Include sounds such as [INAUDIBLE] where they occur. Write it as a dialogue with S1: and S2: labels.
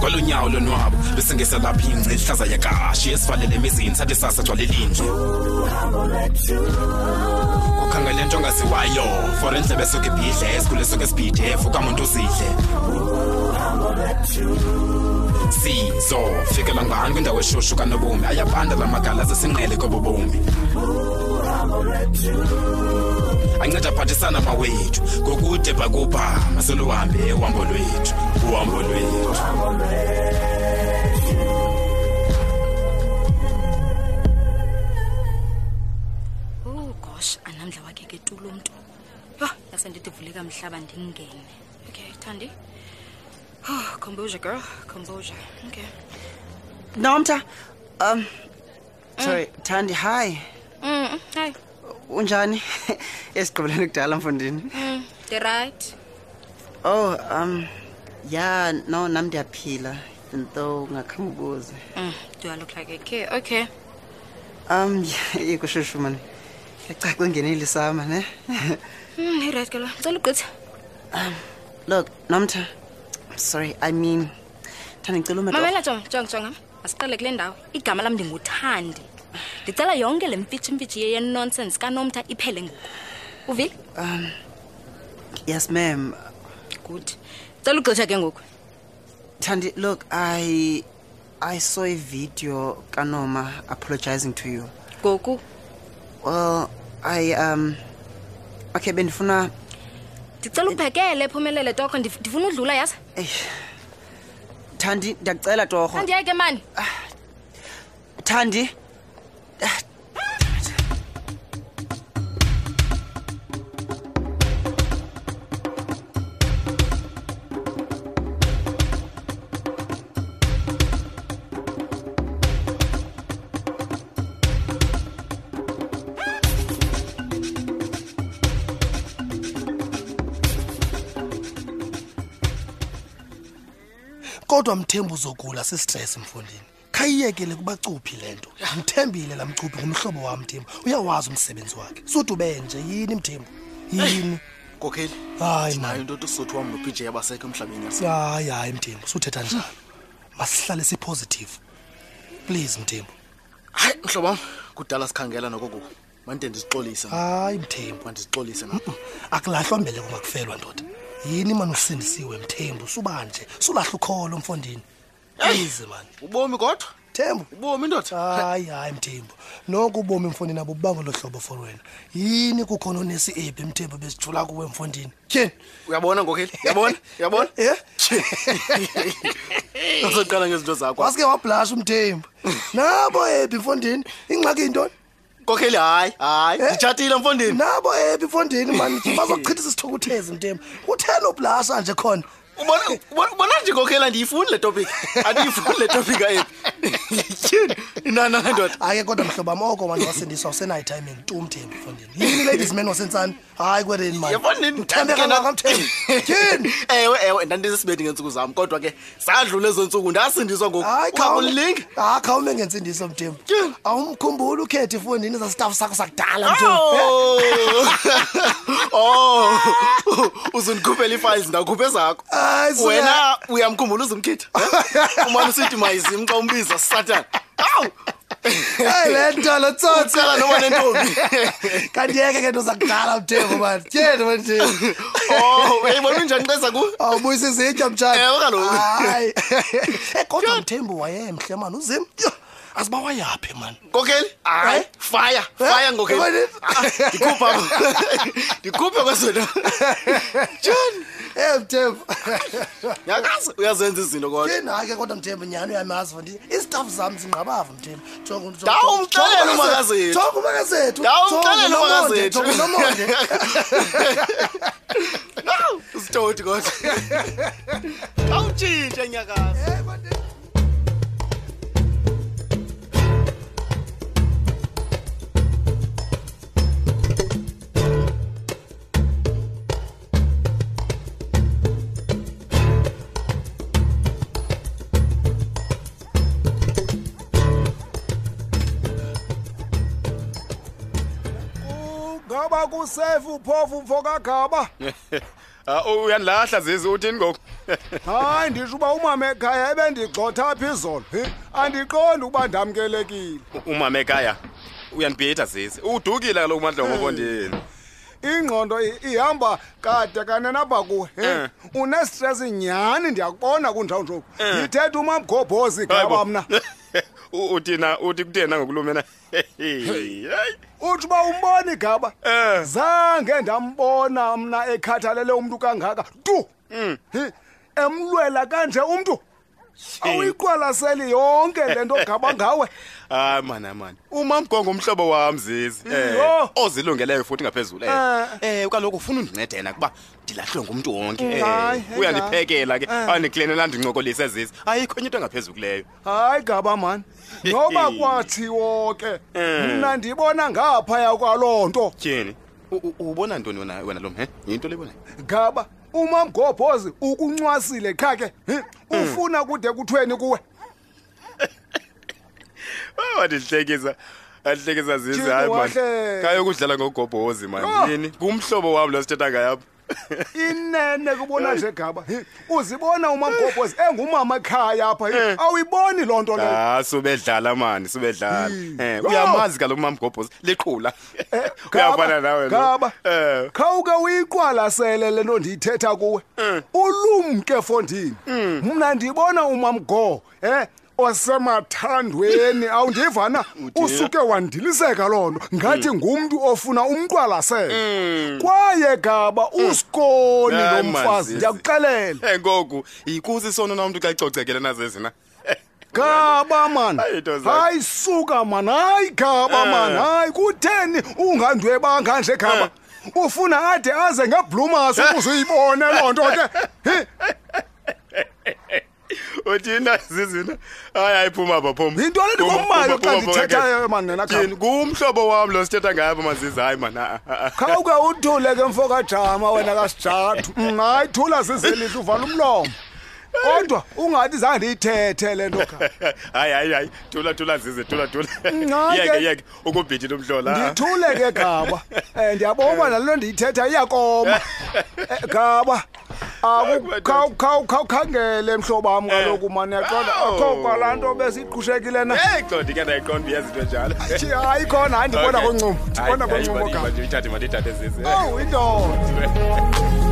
S1: kwalonyawo lonwabo besingesa lapha ingci ihlaza yakashi esivalele emizini sathi sasa gcwalelinje ukhangele nto ongaziwayo for endlebe esuke ibhidle esikhule esuke esibhidef ukamuntu uzidle sizo fikela ngani kwindawo eshushu kanobomi ayabanda la magala zesinqele kobobomi anceda aphathisana mawethu ngokude bhakubha masoluhambe uhambo lwethu uhambo lwethu
S2: owu Oh, gosh anamdla wakhe ke tulo mntu yho yase ndithi vuleka mhlaba ndingene okay thandi oh, composure girl composure okay
S3: nomtha um sorry thandi hayi
S2: mm, hayi
S3: unjani [LAUGHS] esigqibeleni kudala mfundini
S2: mm, the right
S3: oh um ya no nam ndiyaphila even though ungakhange ubuze
S2: mm, do i look like a kid okay
S3: um [LAUGHS] ikushushu mani yacaca ungene ilisama ne [LAUGHS]
S2: mm, irayithi ke lo ndicela ugqitha
S3: look nomtha I'm sorry i mean thandi ndicela ume
S2: mamela jonga jonga jonga masiqale kule ndawo igama lam ndinguthandi ndicela yonke le mfitshimfitshi yeyenonsense kanomtha iphele ngoku uvile
S3: yes ma'am
S2: good ndicela ugqitha ke ngoku
S3: thandi look i i saw a video kanoma apologizing to you
S2: ngoku
S3: well i um okay bendifuna
S2: ndicela uphekele ephumelele toko ndif- ndifuna udlula yaza
S3: eyi thandi ndiyakucela torho
S2: andiyeke mani
S3: thandi
S4: kodwa mthembu uzogula sistress mfundini khayiyekele kubacuphi le nto mthembile la mcuphi ngumhlobo wam mthembu uyawazi umsebenzi wakhe sudube nje yini mthembu yini
S5: kokheli
S4: hayi
S5: nayo
S4: man.
S5: into yothi sothi wam nopj abasekho emhlabeni yase
S4: hayi hayi mthembu suthetha njalo masihlale sipositive please mthembu
S5: hayi mhlobo wam kudala sikhangela nokokuku mandide ndizixolise mna.
S4: hayi mthembu
S5: mandizixolise nam
S4: akulahlwa mbeleko makufelwa ndoda yini mani usindisiwe mthembu suba nje sulahle ukholo mfondini please mani
S5: ubomi kodwa
S4: mthembu
S5: ubomi ndoda
S4: hayi hayi mthembu noko ubomi emfondini abo bubanga lo hlobo for wena yini kukhona onesi ephi mthembu besijula kuwe emfondini tyheni
S5: uyabona ngokheli
S4: [LAUGHS]
S5: uyabona uyabona
S4: ye
S5: azoqala ngezinto zakho
S4: wasuke wabhlasha umthembu nabo ephi mfondini ingxaki yintoni
S5: kokheli hayi hayi
S4: Eh?
S5: nditshatile mfondini
S4: nabo ephi mfondini mani bazochithisa isithukuthezi mthembu utheni ubhlasha nje khona
S5: Ubona- ubona ubona nje inkokheli andiyifuni le topic andiyifuni le topic
S4: [LAUGHS]
S5: ayepi nanana ndoda
S4: hayi ke kodwa mhlobo wam oko wani wasindiswa usenayo itiming tu mthembu mfondini yini ladies man wasentsana hayi kwereni mani
S5: yabonini
S4: uthembeka kangaka mthembu tyheni
S5: [LAUGHS] ewe ewe ndandisesibedi ngeentsuku zam kodwa ke zadlula ezo ntsuku ndasindiswa ngoku
S4: hayi
S5: khawulinge
S4: hayi khawume ngentsindiso mthembu
S5: Tyhini.
S4: awumkhumbula ukhethe efondini zasitafu sakho sakudala mthembu
S5: Oh! oh [LAUGHS] uzundikhuphela ii-files ndawukhuphe zakho
S4: Hayi, suka.
S5: wena uyamkhumbula uzumkhitha eh? umane usithi mayizim xa umbiza sisatana awu
S4: eyi le nto lo tsotsi
S5: ucela noba
S4: [LAUGHS]
S5: nentombi
S4: kandiyeke ke nto zakudala mthembu mani tyheni manje
S5: oh uyayibona unjani xesa ku
S4: awubuyisa izitya mtshana
S5: Ewe, kaloku.
S4: Hayi. Eh, kodwa mthembu wayemhle mani uzim Yho, aziba wayaphi mani
S5: kokheli
S4: Eh?
S5: hayi faya faya ngokheli
S4: Yabonini?
S5: Ah, ndikhupha [LAUGHS] apha. ndikhuphe kwezona joni
S4: e mthembu
S5: yakazi uyazenza izinto kodwa
S4: yini hayi ke kodwa mthembu nyhani uyamazi fondi izitafu zam zingqabavu mthembu
S5: Ndawumxelela umakazethu.
S4: umakazethu
S5: Ndawumxelela
S4: Jonga unomonde,
S5: umakazethu.
S4: jonga
S5: [LAUGHS]
S4: unomonde.
S5: Awu, usitoti
S4: [LAUGHS]
S5: kodwa awutshintshe nyakazi
S6: ngoba apha kusefu uphofu mfo kagaba
S5: Ah, oh, uyandilahla zizi uthini ngoku
S6: hayi ndisho uba umama ekhaya ebendigxotha apha izolo Hi, andiqondi ukuba ndamkelekile
S5: umama ekhaya uyandibhitha zizi udukile kaloku umadlongo
S6: Hmm.
S5: obondini
S6: ingqondo i- ihamba kade kanenapha kuwe Hi, unestresi nyhani ndiyakubona kunjawo njoku ndithetha umamgobhozi gaba mna
S5: uthina uthi kuthena ngokulumena
S6: utsho uba umboni gaba zange ndambona mna ekhathalele umntu kangaka tu Hi, emlwela kanje umntu awuyiqwalaseli yonke le nto gaba ngawe
S5: hayi mani mani umamgongo umhlobo wam zizi eh,
S6: Yho.
S5: ozilungeleyo futhi ngaphezulu eh
S6: Eh.
S5: eh kaloku ufuna undincede yena kuba ndilahlwe ngumntu wonke
S6: Hayi,
S5: eh
S6: hayi,
S5: uyandiphekela ke
S6: hayi.
S5: andiklenela ndincokolise zizi ayikho enye into engaphezukuleyo
S6: hayi
S5: [LAUGHS]
S6: gaba mani noba kwathiwo ke
S5: Eh.
S6: mna ndibona ngaphaya kwaloo nto
S5: tyheni U- u- ubona ntoni wena wena lo mhe yinto leyibonayo
S6: gaba umamgobhozi ukuncwasile qha ke
S5: Hmm.
S6: Hi, ufuna kude kuthweni kuwe
S5: Ah, wandihlekisa andihlekisa zizi
S6: Tyhini,
S5: hayi mani
S6: wahle.
S5: kayokudlala ngogobhozi
S6: Yho.
S5: mani yini ngumhlobo wam lo sithetha ngayapha
S6: inene kubona
S5: Eh.
S6: nje gaba Hi, uzibona umamgobhozi engumama ekhaya apha Hi,
S5: Eh.
S6: awuyiboni loo nto leyo
S5: [LAUGHS] ah subedlala mani subedlala
S6: Hi.
S5: eh
S6: Yho.
S5: uyamazi kaloku umamgobhozi liqhula [LAUGHS]
S6: Gaba,
S5: uyafana nawe lo.
S6: gaba
S5: eh
S6: khawuke uyiqwalasele le nto ndiyithetha kuwe
S5: Hmm.
S6: ulumke fondini mna ndibona umamgo eh osemathandweni awundiva na usuke wandiliseka loo nto ngathi
S5: Hmm.
S6: ngumntu ofuna umqwalasele kwaye gaba usikoni lo
S5: Hayi,
S6: mfazi
S5: manzisi.
S6: ndiyakuxelela
S5: Eh ngoku yikuzi sona na umntu xa icocekele nazezina.
S6: gaba mani
S5: Hayi, nto zakho.
S6: hayi suka mani hayi gaba mani hayi kutheni ungandwebanga nje gaba ufuna ade aze ngeblumas ukuze uyibone loo nto ke Hi,
S5: Uthina zizina. Hayi ayiphuma apha phuma.
S6: Yintoni
S5: [LAUGHS]
S6: le nto
S5: Phuma, phuma,
S6: kumayo xa
S5: phuma,
S6: ndithethayo,
S5: phuma,
S6: man, nena khaba?
S5: Tyhini, Ngumhlobo wam lo sithetha ngayapha mazizi hayi man. ah, ah, ah.
S6: khawuke uthule ke mfo kajama wena kasijathu Mm, hayi thula zizilihle uvala umlomo kodwa ungathi zange ndiyithethe le nto gaba
S5: Hayi hayi hayi thula thula zizi thula thula.
S6: Ngxaki.
S5: Yeke yeke ukubhidila umhlola. ah.
S6: ndithule ke gaba um ndiyabona
S5: Eh.
S6: uba nalo
S5: [LAUGHS]
S6: ndiyithetha iyakoma Eh, gaba
S5: Hayi, Eh.
S6: khawukhangele mhlobam kaloku mani yaqonda
S5: Awu.
S6: akho kwalaa nto besiyiqhushekile na
S5: Eh xa ndike ndayiqonda uba yazinto njalo.
S6: Tshi, hayi khona hayi ndibona
S5: Okay.
S6: koncumo ndibona
S5: Hayi, hayi,
S6: koncumo Oh.
S5: mandi-
S6: gaba
S5: mandi uyithathe, mandi uyithathe, zizi.
S6: owu indoda